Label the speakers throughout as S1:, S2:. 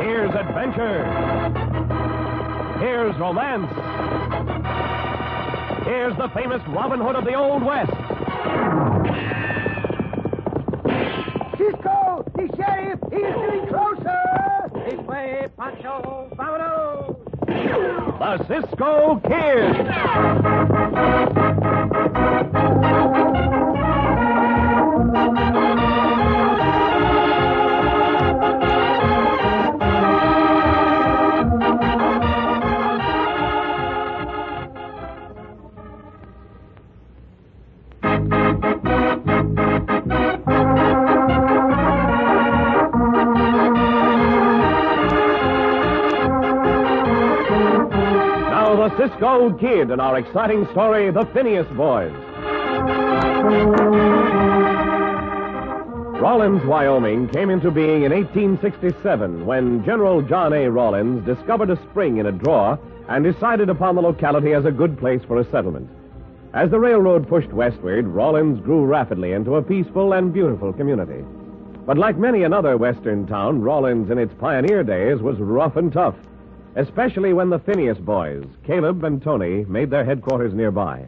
S1: Here's adventure. Here's romance. Here's the famous Robin Hood of the Old West.
S2: Cisco, the sheriff, he is getting closer. This way, Pancho, vámonos.
S1: The Cisco Kid. Now the Cisco Kid in our exciting story, The Phineas Boys. Rollins, Wyoming came into being in 1867 when General John A. Rollins discovered a spring in a draw and decided upon the locality as a good place for a settlement. As the railroad pushed westward, Rollins grew rapidly into a peaceful and beautiful community. But like many another western town, Rollins in its pioneer days was rough and tough, especially when the Phineas boys, Caleb and Tony, made their headquarters nearby.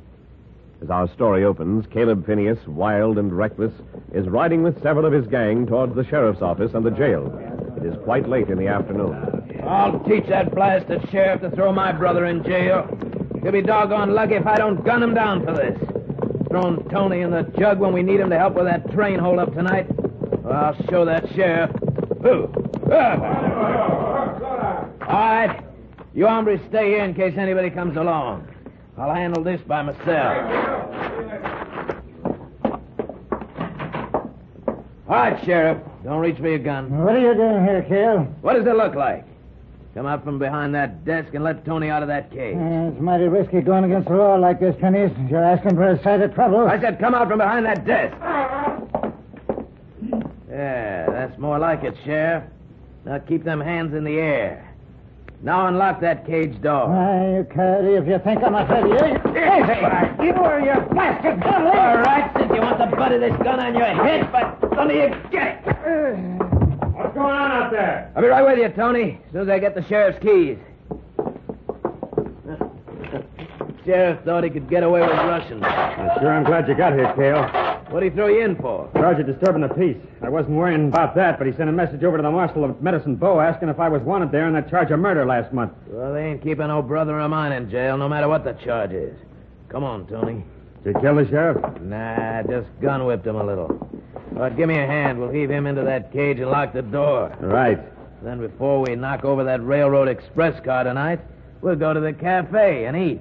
S1: As our story opens, Caleb Phineas, wild and reckless, is riding with several of his gang towards the sheriff's office and the jail. It is quite late in the afternoon.
S3: I'll teach that blasted sheriff to throw my brother in jail. He'll be doggone lucky if I don't gun him down for this. Thrown Tony in the jug when we need him to help with that train holdup tonight. Well, I'll show that sheriff. Who? All right. You hombres stay here in case anybody comes along. I'll handle this by myself. All right, Sheriff. Don't reach for your gun.
S2: What are you doing here, Cale?
S3: What does it look like? Come out from behind that desk and let Tony out of that cage.
S2: Uh, it's mighty risky going against the law like this, Phineas. You're asking for a sight of trouble.
S3: I said, come out from behind that desk. Yeah, that's more like it, Sheriff. Now keep them hands in the air. Now unlock that cage door.
S2: Why, you coyote, if you think I'm afraid of you...
S3: Hey, hey.
S2: You are your blasted gun, eh?
S3: All right, since you want the butt of this gun on your head, but some of you get it.
S4: What's going on out there?
S3: I'll be right with you, Tony, as soon as I get the sheriff's keys. Sheriff thought he could get away with Russians.
S4: Sure, I'm glad you got here, Cale.
S3: What'd he throw you in for?
S4: Charge of disturbing the peace. I wasn't worrying about that, but he sent a message over to the Marshal of Medicine Bow asking if I was wanted there on that charge of murder last month.
S3: Well, they ain't keeping no brother of mine in jail, no matter what the charge is. Come on, Tony.
S4: Did you kill the sheriff?
S3: Nah, just gun whipped him a little. All right, give me a hand. We'll heave him into that cage and lock the door.
S4: Right.
S3: Then, before we knock over that railroad express car tonight, we'll go to the cafe and eat.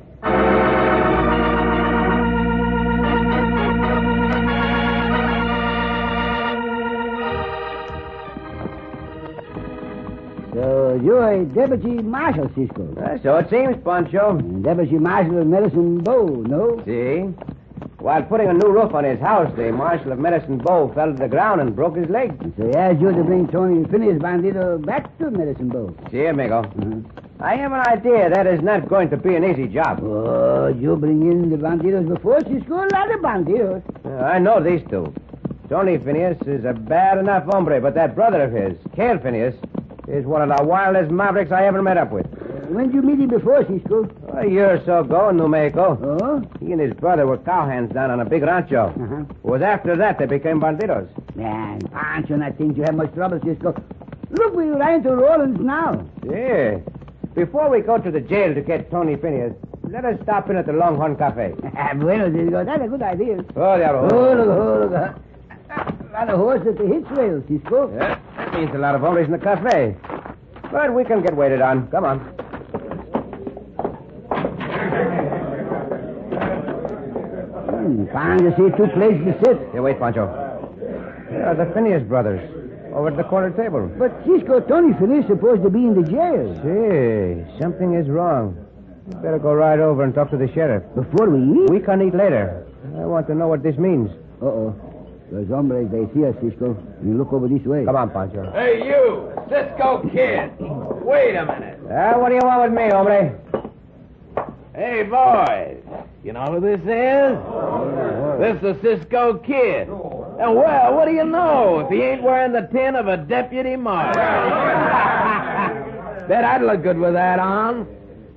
S5: So you're a deputy marshal, Cisco.
S3: so it seems, Pancho.
S5: Deputy marshal of Medicine Bow, no?
S3: See? While putting a new roof on his house, the Marshal of Medicine Bow fell to the ground and broke his leg.
S5: So he asked you to bring Tony and Phineas Bandito back to Medicine Bow.
S3: See, amigo. I have an idea that is not going to be an easy job.
S5: Oh, you bring in the banditos before Cisco, a lot of banditos.
S3: Uh, I know these two. Tony Phineas is a bad enough hombre, but that brother of his, Cale Phineas, is one of the wildest mavericks I ever met up with.
S5: Uh, When did you meet him before, Cisco?
S3: A year or so ago in New Mexico,
S5: Oh?
S3: he and his brother were cowhands down on a big rancho.
S5: Uh-huh.
S3: It was after that they became bandidos.
S5: Man, Pancho, I think you have much trouble, Cisco. Look, we ran to Rollins now.
S3: Yeah. Before we go to the jail to get Tony Phineas, let us stop in at the Longhorn Cafe.
S5: bueno, Cisco, that's a good idea.
S3: Oh, there.
S5: Oh, look, oh, look. A lot of horses at the hitch rail, Cisco.
S3: Yeah, that means a lot of hombres in the cafe. But we can get waited on. Come on.
S5: Hmm, Pancho see two places to sit.
S3: Here, wait, Pancho. Here are the Phineas brothers over at the corner table.
S5: But Cisco, Tony Feliz supposed to be in the jail.
S3: Gee, something is wrong. Better go right over and talk to the sheriff.
S5: Before we eat?
S3: We can eat later. I want to know what this means.
S5: Uh-oh. Those hombres, they see us, Cisco. You look over this way.
S3: Come on, Pancho.
S6: Hey, you, Cisco Kid. Wait a minute.
S3: Ah, what do you want with me, hombre?
S6: Hey, boys. You know who this is? This is Cisco Kid. Uh, And well, what do you know if he ain't wearing the tin of a deputy marshal?
S3: Bet I'd look good with that on.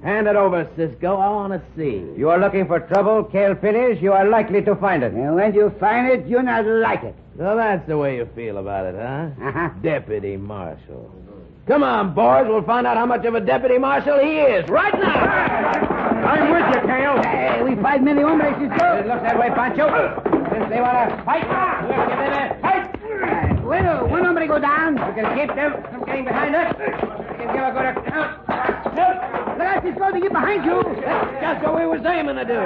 S3: Hand it over, Cisco. I want to see.
S6: You are looking for trouble, Kale Finish. You are likely to find it.
S5: And when you find it, you not like it.
S3: So that's the way you feel about it, huh?
S5: Uh-huh.
S3: Deputy Marshal. Come on, boys. We'll find out how much of a deputy marshal he is right now.
S4: I'm with you, Kale.
S5: Hey, we fight many hombres, Cisco.
S3: looks that way, Pancho. Since they want to fight, we'll give them a fight.
S5: When uh, one hombre go down, look
S3: We can keep them from getting behind us. We can give a good account.
S5: out, Cisco, they get behind you.
S3: That's just what we was aiming to do.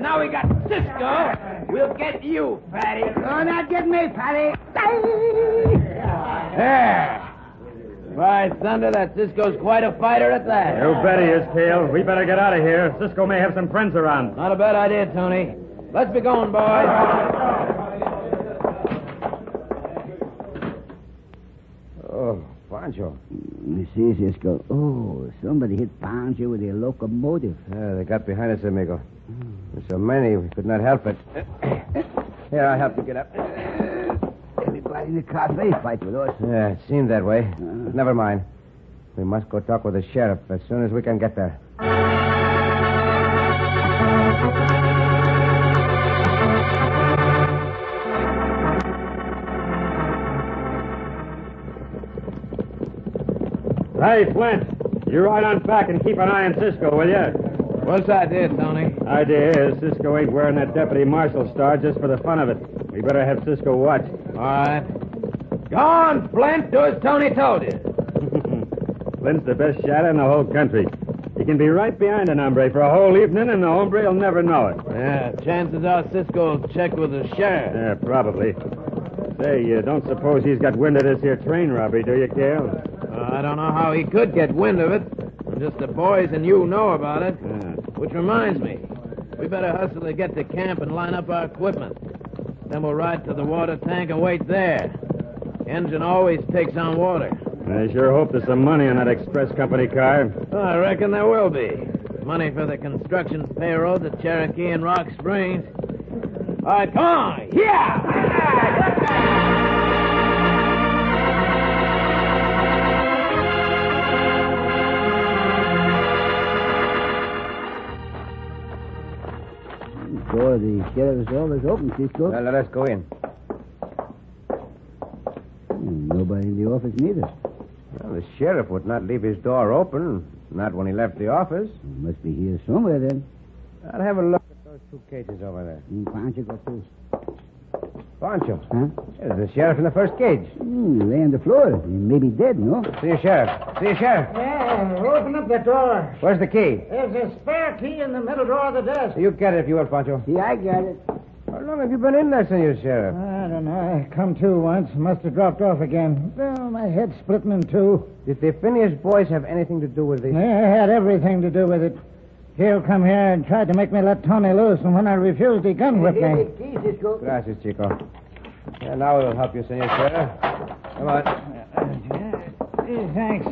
S3: Now we got Cisco. We'll get you, Patty.
S5: You're not getting me, Patty.
S3: There. By thunder, that Cisco's quite a fighter at that.
S4: You bet he is, Kale. We better get out of here. Cisco may have some friends around.
S3: Not a bad idea, Tony. Let's be going, boys.
S6: Oh, Pancho.
S5: You see, Cisco. Oh, somebody hit Pancho with a locomotive.
S6: Ah, they got behind us, amigo. There's so many, we could not help it. Here, I'll help you get up.
S5: Everybody in the car, they fight with us.
S6: Yeah, it seemed that way. But never mind. We must go talk with the sheriff as soon as we can get there.
S4: Hey, Flint, you ride on back and keep an eye on Cisco, will you?
S3: What's the idea, Tony?
S4: Idea is Cisco ain't wearing that deputy marshal star just for the fun of it. We better have Cisco watched.
S3: All right. Go on, Flint. Do as Tony told you.
S4: Flint's the best shot in the whole country. He can be right behind an hombre for a whole evening, and the hombre will never know it.
S3: Yeah, chances are Cisco will check with the sheriff.
S4: Yeah, probably. Say, you don't suppose he's got wind of this here train robbery, do you, Cale?
S3: Uh, I don't know how he could get wind of it. Just the boys and you know about it.
S4: Yeah.
S3: Which reminds me, we better hustle to get to camp and line up our equipment. Then we'll ride to the water tank and wait there. Engine always takes on water.
S4: I sure hope there's some money on that express company car.
S3: Oh, I reckon there will be. Money for the construction payroll to Cherokee and Rock Springs. All right, come on. Yeah!
S5: Door the sheriff's always open, Cisco.
S6: Well, let us go in.
S5: And nobody in the office neither.
S6: Well, the sheriff would not leave his door open, not when he left the office.
S5: Must be here somewhere then.
S6: I'll have a look at those two cages over there.
S5: Mm, Pancho got those.
S6: Pancho,
S5: Huh?
S6: there's the sheriff in the first cage.
S5: Mm, lay on the floor. He may be dead, no?
S6: See you, sheriff. See you, sheriff.
S2: open up the door.
S6: Where's the key?
S2: There's a spare key in the middle drawer of the desk.
S6: You get it if you will, Pancho.
S5: See, I got it.
S6: How long have you been in there, Senor Sheriff?
S2: I don't know. I come to once. Must have dropped off again. Well, my head's splitting in two.
S6: Did the Phineas boys have anything to do with this?
S2: Yeah, I had everything to do with it. He'll come here and tried to make me let Tony loose, and when I refused, he gun whipped me.
S5: Key, Cisco.
S6: Gracias, Chico. Yeah, now we'll help you, Senor Sheriff. Come on.
S2: Hey, thanks.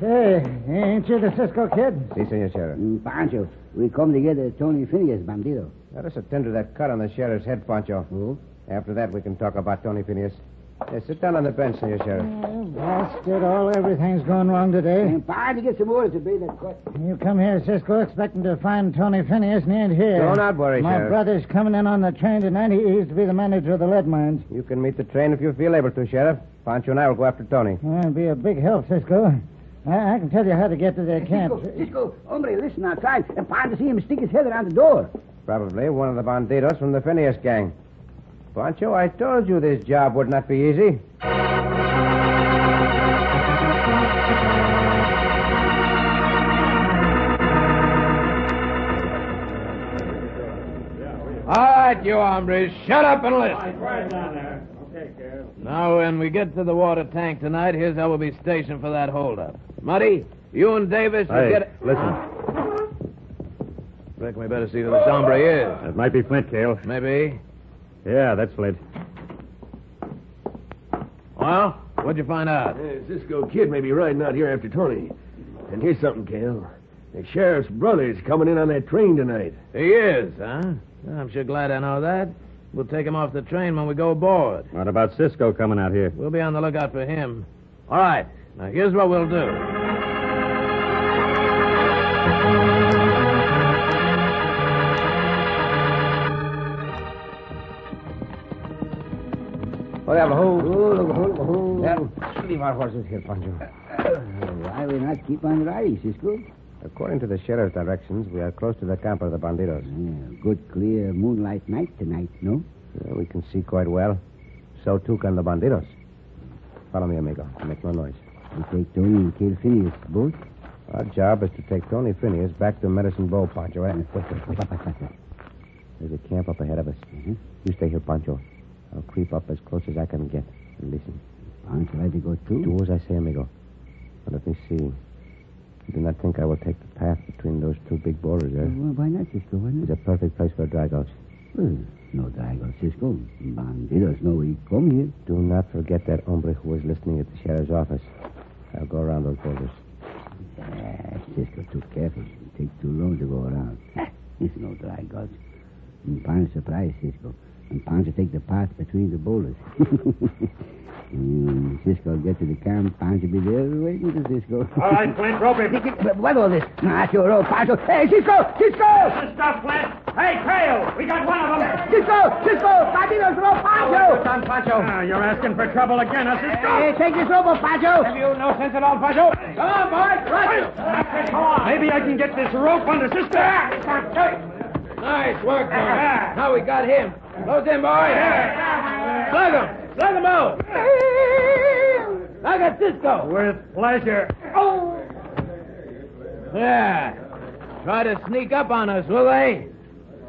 S2: Hey, ain't you the Cisco kid?
S6: See, Senor Sheriff.
S5: Mm, Pancho, we come together, Tony Phineas, bandido.
S6: Let us attend to that cut on the sheriff's head, Pancho.
S5: Who?
S6: After that, we can talk about Tony Phineas. Yeah, sit down on the bench, Senor Sheriff.
S2: Oh, bastard, all everything's going wrong today.
S5: And Pancho get some orders to be that cut.
S2: You come here, Cisco, expecting to find Tony Phineas, and he ain't here.
S6: Don't not worry,
S2: My
S6: Sheriff.
S2: brother's coming in on the train tonight. He used to be the manager of the lead mines.
S6: You can meet the train if you feel able to, Sheriff. Pancho and I will go after Tony.
S2: That'd be a big help, Cisco. I, I can tell you how to get to their camp.
S5: Cisco, Cisco, hombre, listen outside. And Pancho see him stick his head around the door.
S6: Probably one of the bandidos from the Phineas gang. Pancho, I told you this job would not be easy.
S3: All right, you hombres, shut up and listen.
S4: Right down there. Okay, Cale.
S3: Now, when we get to the water tank tonight, here's how we'll be stationed for that holdup. Muddy, you and Davis, you
S4: Hey,
S3: get it.
S4: listen.
S3: Reckon we better see who this hombre is.
S4: That might be Flint, Cale.
S3: Maybe.
S4: Yeah, that's Flint.
S3: Well, what'd you find out?
S7: Hey, Cisco Kid may be riding out here after Tony. And here's something, Cale. The sheriff's brother's coming in on that train tonight.
S3: He is, huh? I'm sure glad I know that. We'll take him off the train when we go aboard.
S4: What about Cisco coming out here?
S3: We'll be on the lookout for him. All right. Now, here's what we'll do.
S7: Oh,
S3: Whatever, hold.
S5: Yeah.
S3: Leave our horses here, Pancho.
S2: Uh,
S5: Why we not keep on riding, Cisco?
S2: According to the sheriff's directions, we are close to the camp of the bandidos.
S5: Yeah, good, clear moonlight night tonight, no?
S2: Uh, we can see quite well. So too can the bandidos. Follow me, amigo. Make no noise.
S5: We take Tony and kill Phineas, both.
S2: Our job is to take Tony Phineas back to Medicine Bow, Pancho. And quick, quick, quick. There's a camp up ahead of us. Mm-hmm. You stay here, Pancho. I'll creep up as close as I can get and listen.
S5: Aren't you ready to go too?
S2: Do as I say, amigo. But let me see. I do not think I will take the path between those two big boulders
S6: eh?
S2: there.
S5: Well, why not, Cisco? Why
S2: It's
S5: not?
S2: a perfect place for dry dogs.
S5: Well, no Drago, Cisco. Bandidos know we come here.
S2: Do not forget that hombre who was listening at the sheriff's office. I'll go around those boulders.
S5: Ah, Cisco, too careful. Take too long to go around. it's no Drago. And Pancho surprise, Cisco. And Pancho take the path between the boulders. Mm, Cisco get to the camp. Pancho be there waiting for Cisco.
S4: All right, Flint, rope him.
S5: What all this?
S2: Ah,
S5: Not your old Pancho. Hey, Cisco! Cisco!
S4: Stop, Flint. Hey, Trail, we got one of them.
S5: Cisco! Cisco! Bandidos rope Pancho!
S3: Don Pancho.
S4: Ah, you're asking for trouble again, huh,
S5: Hey,
S4: Cisco?
S5: take this rope, Pancho!
S3: Have you no sense at all, Pancho? Come on, boys, run!
S4: Maybe I can get this rope under Cisco.
S3: Nice work, boys. Now we got him. Close in, boys. Slug him. Slug him out. I got Cisco.
S4: With pleasure.
S3: Yeah. Try to sneak up on us, will they?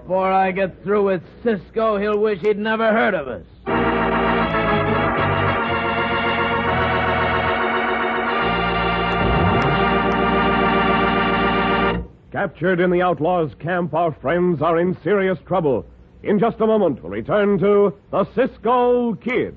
S3: Before I get through with Cisco, he'll wish he'd never heard of us.
S1: Captured in the outlaws' camp, our friends are in serious trouble. In just a moment, we'll return to the Cisco Kid.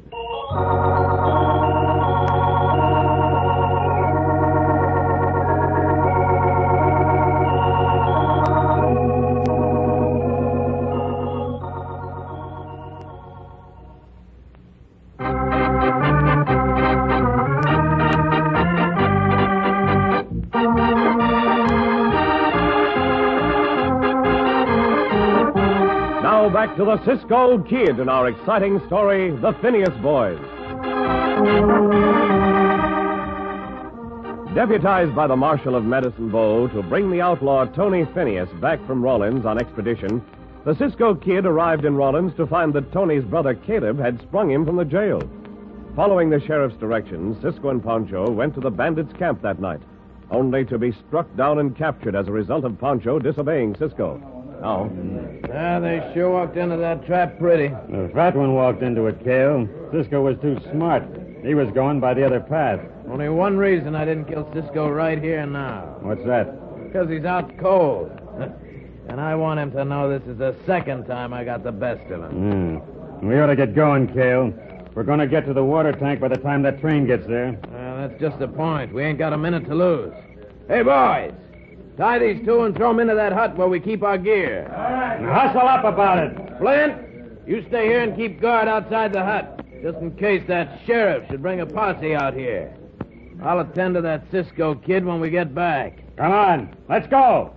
S1: Now back to the Cisco Kid in our exciting story, The Phineas Boys. Deputized by the Marshal of Medicine Bow to bring the outlaw Tony Phineas back from Rollins on expedition, the Cisco Kid arrived in Rollins to find that Tony's brother Caleb had sprung him from the jail. Following the sheriff's directions, Cisco and Poncho went to the bandits' camp that night, only to be struck down and captured as a result of Poncho disobeying Cisco. Now,
S3: Yeah, they sure walked into that trap pretty.
S4: The fat one walked into it, Cale. Cisco was too smart. He was going by the other path.
S3: Only one reason I didn't kill Cisco right here and now.
S4: What's that?
S3: Because he's out cold. and I want him to know this is the second time I got the best of him.
S4: Hmm. We ought to get going, Cale. We're going to get to the water tank by the time that train gets there.
S3: Well, that's just the point. We ain't got a minute to lose. Hey, boys! Tie these two and throw 'em into that hut where we keep our gear.
S4: Now hustle up about it.
S3: Flint, you stay here and keep guard outside the hut, just in case that sheriff should bring a posse out here. I'll attend to that Cisco kid when we get back.
S4: Come on. Let's go.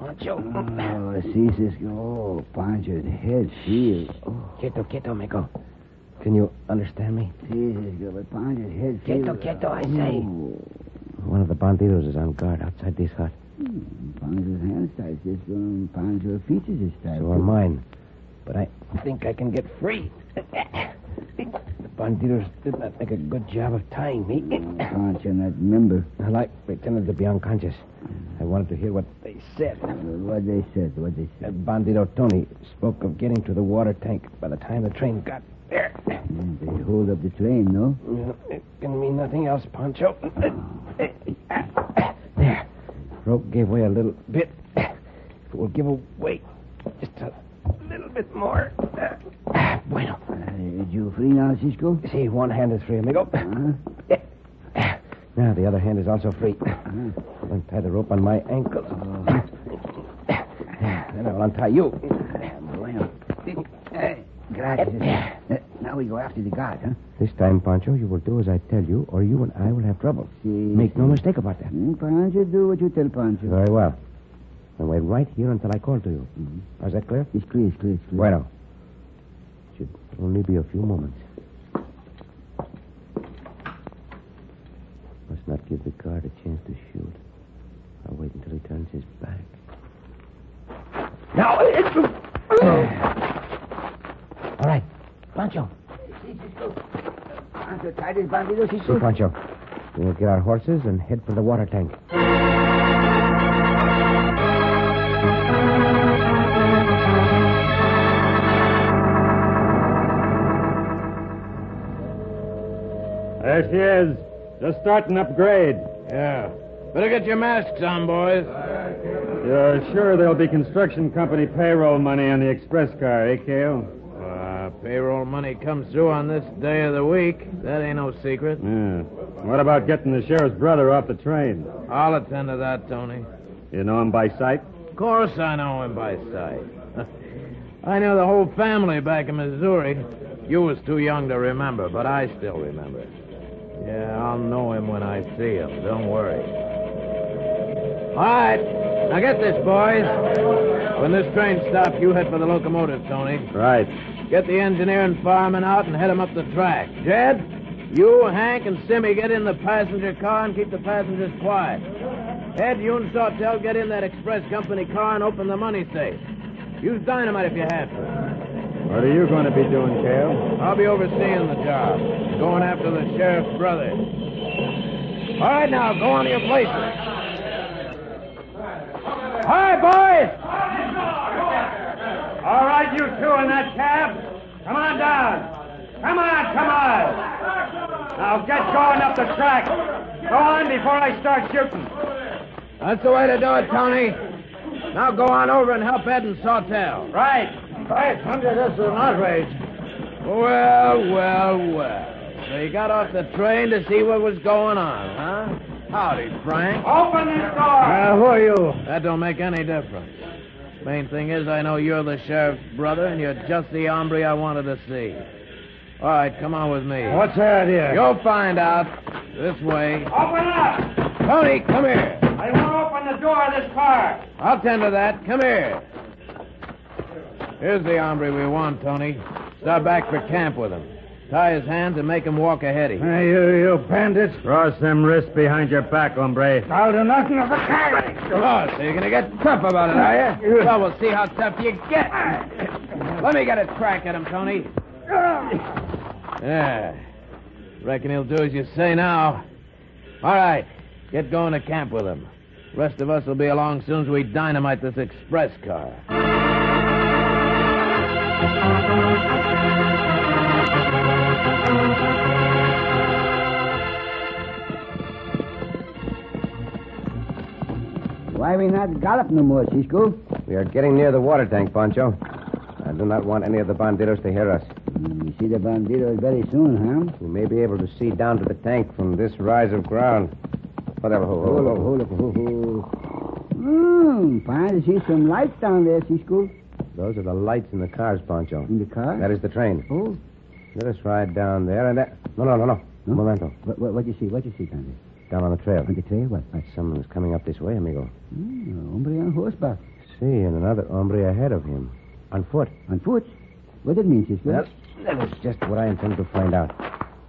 S5: Oh, see, Cisco. Oh, Pancho's head shield. Oh.
S2: Quieto, quieto, amigo. Can you understand me?
S5: See, Cisco, but Pancho's head shield. Quieto, quieto, I say. Oh.
S2: One of the bandidos is on guard outside this hut.
S5: hmm. Pancho's hands tight, Cisco, and Pancho's features is tight.
S2: So are mine. But I think I can get free. the bandidos did not make a good job of tying me.
S5: Pancho not member.
S2: I like pretended to be unconscious. I wanted to hear what they said.
S5: What they said, what they
S2: Uh,
S5: said.
S2: Bandito Tony spoke of getting to the water tank by the time the train got there.
S5: Mm, They hold up the train, no?
S2: Uh, It can mean nothing else, Pancho.
S5: Oh.
S2: There. Rope gave way a little bit. It will give away just a little bit more. Uh, Bueno.
S5: Uh, you free now, Cisco? Uh-huh.
S2: See, one hand is free, amigo. Now, the other hand is also free.
S1: Mm.
S2: I'll untie the rope on my ankle. Then I'll untie you.
S5: Bueno. Gracias. Cisco. Uh, now we go after the guard, huh?
S1: This time, Pancho, you will do as I tell you, or you and I will have trouble.
S5: See.
S1: Make no mistake about that.
S5: Hmm, Pancho, do what you tell Pancho.
S1: Very well. And wait right here until I call to you. Is that clear?
S5: It's clear, it's clear, it's clear.
S1: Bueno. Should only be a few moments. Must not give the guard a chance to shoot. I'll wait until he turns his back.
S5: Now, it's...
S1: All right. Pancho.
S5: Pancho, tie this bandido,
S1: See, Pancho. We'll get our horses and head for the water tank.
S4: There she is. Just starting up grade.
S3: Yeah. Better get your masks on, boys.
S4: You're sure there'll be construction company payroll money on the express car, eh, Cale?
S3: Uh, payroll money comes through on this day of the week. That ain't no secret.
S4: Yeah. What about getting the sheriff's brother off the train?
S3: I'll attend to that, Tony.
S4: You know him by sight?
S3: Of course I know him by sight. I knew the whole family back in Missouri. You was too young to remember, but I still remember. Yeah, I'll know him when I see him. Don't worry. All right. Now get this, boys. When this train stops, you head for the locomotive, Tony.
S4: Right.
S3: Get the engineer and fireman out and head 'em up the track. Jed, you, Hank, and Simmy get in the passenger car and keep the passengers quiet. Ed, you and Sawtell get in that express company car and open the money safe. Use dynamite if you have to.
S4: What are you going to be doing, Cale?
S3: I'll be overseeing the job. Going after the sheriff's brother. All right, now, go on to your places. All right, boys!
S4: All right, you two in that cab. Come on down. Come on, come on. Now get going up the track. Go on before I start shooting.
S3: That's the way to do it, Tony. Now go on over and help Ed and Sawtell.
S4: Right.
S3: Right, Thunder, this is an outrage. Well, well, well. So you got off the train to see what was going on, huh? Howdy, Frank.
S4: Open this door. who are you?
S3: That don't make any difference. Main thing is, I know you're the sheriff's brother, and you're just the hombre I wanted to see. All right, come on with me.
S4: What's the idea?
S3: You'll find out. This way.
S4: Open up.
S3: Tony, come here.
S4: I won't open the door of this car.
S3: I'll tend to that. Come here. Here's the hombre we want, Tony. Start back for camp with him. Tie his hands and make him walk ahead of you.
S4: Hey, you, you bandits. Cross them wrists behind your back, hombre. I'll do nothing of the kind.
S3: Oh, so you're gonna get tough about it, are you? Well, we'll see how tough you get. Let me get a crack at him, Tony. Yeah. Reckon he'll do as you say now. All right. Get going to camp with him. Rest of us will be along soon as we dynamite this express car.
S5: Why we not gallop no more, Cisco?
S1: We are getting near the water tank, Pancho. I do not want any of the bandidos to hear us. Mm,
S5: Hmm, we see the bandidos very soon, huh?
S1: We may be able to see down to the tank from this rise of ground. Whatever. Ho, ho,
S5: Hold
S1: ho,
S5: up, hold up, ho, ho. Hmm, fine to see some lights down there, Cisco.
S1: Those are the lights in the cars, Pancho.
S5: In the car?
S1: That is the train.
S5: Oh,
S1: Let us ride down there and that. No, no, no, no.
S5: Huh?
S1: Momento.
S5: what, what, what you see? What you see down there?
S1: Down on the trail.
S5: On the trail, what? what?
S1: Someone is coming up this way, amigo.
S5: Hmm, hombre on horseback.
S1: See, and another hombre ahead of him. On foot.
S5: On foot. What it mean, Cisco?
S1: Well, that is just what I intend to find out.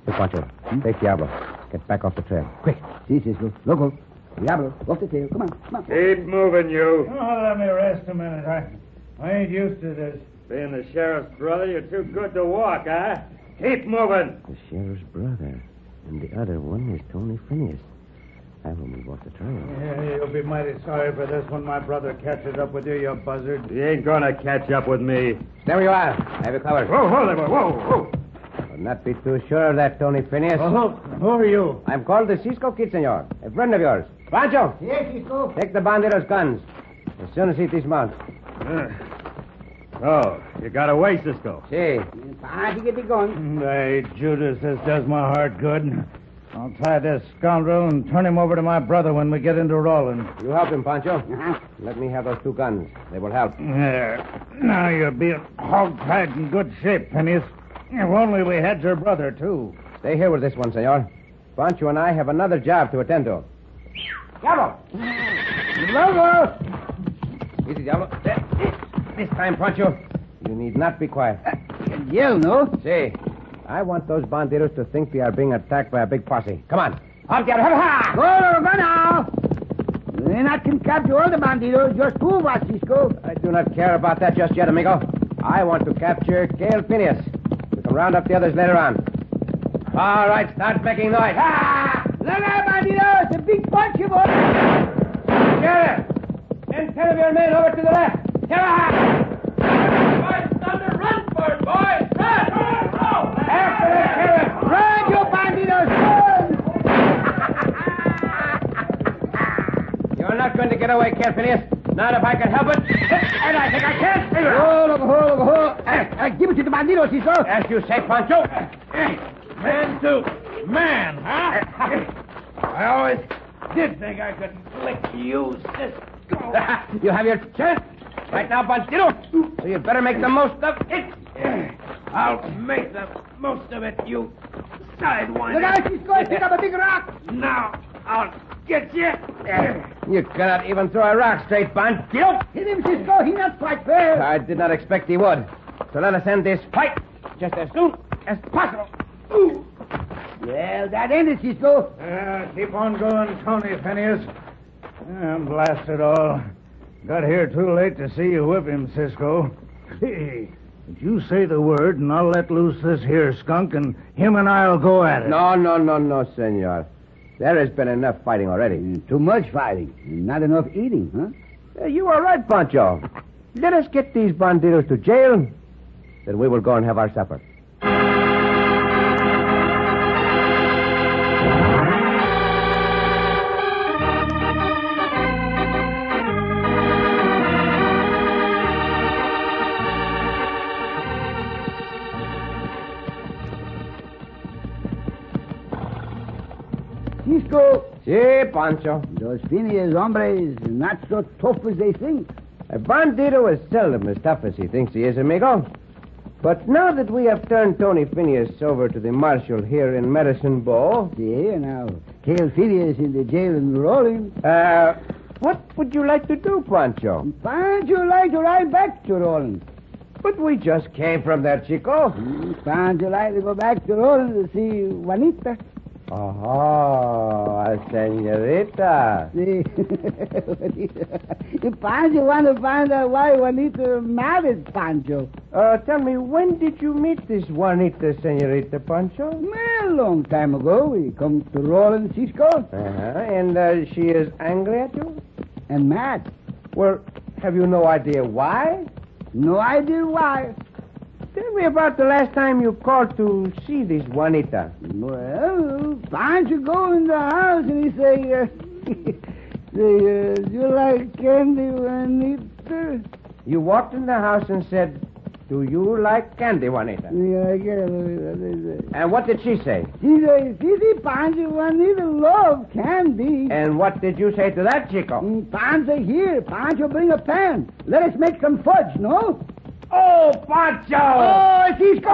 S1: Look, Pancho.
S5: Hmm?
S1: Take Diablo. Get back off the trail. Quick.
S5: See, Cisco. Loco. Diablo, off the trail. Come on, come on.
S4: Keep moving, you.
S2: Oh, let me rest a minute. I, I ain't used to this.
S4: Being the sheriff's brother, you're too good to walk, huh? Keep moving.
S1: The sheriff's brother. And the other one is Tony Phineas. I will move off the trail.
S2: Yeah, you'll be mighty sorry for this when my brother catches up with you, you buzzard.
S4: You ain't gonna catch up with me.
S1: There we are. I have you covered.
S4: Whoa, whoa, there, whoa, whoa.
S1: Would not be too sure of that, Tony Phineas.
S5: Oh.
S2: who are you?
S1: I'm called the Cisco Kid, senor. A friend of yours. Pancho! Yes, Cisco. Take the bandidos' guns. As soon as he dismounts.
S4: Uh, Oh, you got away, Cisco.
S1: See.
S5: Fine to get it going.
S2: Mm, Hey, Judas, this does my heart good. I'll tie this scoundrel and turn him over to my brother when we get into Rollins.
S1: You help him, Pancho. Let me have those two guns. They will help.
S2: There. Now you'll be hog tied in good shape, Phineas. If only we had your brother, too.
S1: Stay here with this one, senor. Pancho and I have another job to attend to.
S8: Diablo!
S1: Bravo! Easy, Diablo. There. This time, Pancho, you need not be quiet.
S5: Yell, no?
S1: See, I want those bandidos to think they are being attacked by a big posse. Come on.
S8: Up, Diablo! Ha,
S5: Go,
S8: ha!
S5: go now. Then I can capture all the bandidos, just two of us, Cisco.
S1: I do not care about that just yet, amigo. I want to capture Gail Phineas. We can round up the others later on. All right, start making noise. Ah!
S8: La la, bandidos! The big bunch of them!
S1: Sheriff! Send ten of your men over to the left.
S8: Run, you bandidos! Run!
S1: You're not going to get away, Gail Phineas. Not if I can help it.
S8: And I think I can! Hey,
S5: Hold, over, hold, over, hold. Uh, uh, give it to the bandidos, Cisco.
S1: As you say, Pancho.
S9: Man to man, huh? I always did think I could lick you, Cisco.
S1: you have your chance. Right now, Bandito. So you better make the most of it.
S9: I'll make the most of it, you
S5: Look
S9: sidewinder.
S5: out, Cisco. Pick up a big rock.
S9: Now I'll get you.
S1: You cannot even throw a rock straight, Bandito.
S5: Hit him, Cisco. He not quite fair.
S1: I did not expect he would. So let us end this fight just as soon as possible. Ooh.
S5: Well, that ended, Cisco.
S2: Uh, keep on going, Tony Phineas. Uh, blast it all. Got here too late to see you whip him, Cisco. Hey, but you say the word, and I'll let loose this here skunk, and him and I'll go at it.
S1: No, no, no, no, senor. There has been enough fighting already.
S5: Too much fighting. Not enough eating, huh?
S1: Uh, you are right, Pancho. Let us get these banditos to jail, then we will go and have our supper.
S5: Cisco,
S1: Si, Pancho.
S5: those Phineas hombres not so tough as they think.
S1: A bandito is seldom as tough as he thinks he is, amigo. But now that we have turned Tony Phineas over to the marshal here in Medicine Bow,
S5: Yeah, now, Cale Phineas in the jail and rolling.
S1: uh, what would you like to do, Pancho?
S5: Find you like to ride back to rolling.
S1: But we just came from there, Chico.
S5: Find you like to go back to rolling to see Juanita.
S1: Oh, senorita.
S5: See? Pancho want to find out why Juanita married Pancho.
S1: Uh, tell me, when did you meet this Juanita, senorita Pancho?
S5: Well, long time ago, we come to Roland Cisco
S1: Uh-huh. And uh, she is angry at you?
S5: and Matt.
S1: Well, have you no idea why?
S5: No idea why.
S1: Tell me about the last time you called to see this Juanita.
S5: Well, Pancho go in the house and he say, uh, say uh, you like candy, Juanita?
S1: You walked in the house and said, Do you like candy, Juanita?
S5: Yeah, I get it.
S1: And what did she say?
S5: She say, Sissy Pancho Juanita love candy.
S1: And what did you say to that, Chico?
S5: Mm, Pancho here, Pancho bring a pan. Let us make some fudge, no?
S1: Oh, Pancho!
S5: Oh, Cisco!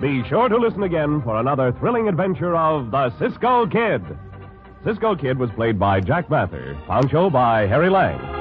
S10: Be sure to listen again for another thrilling adventure of the Cisco Kid. Cisco Kid was played by Jack Mather, Pancho by Harry Lang.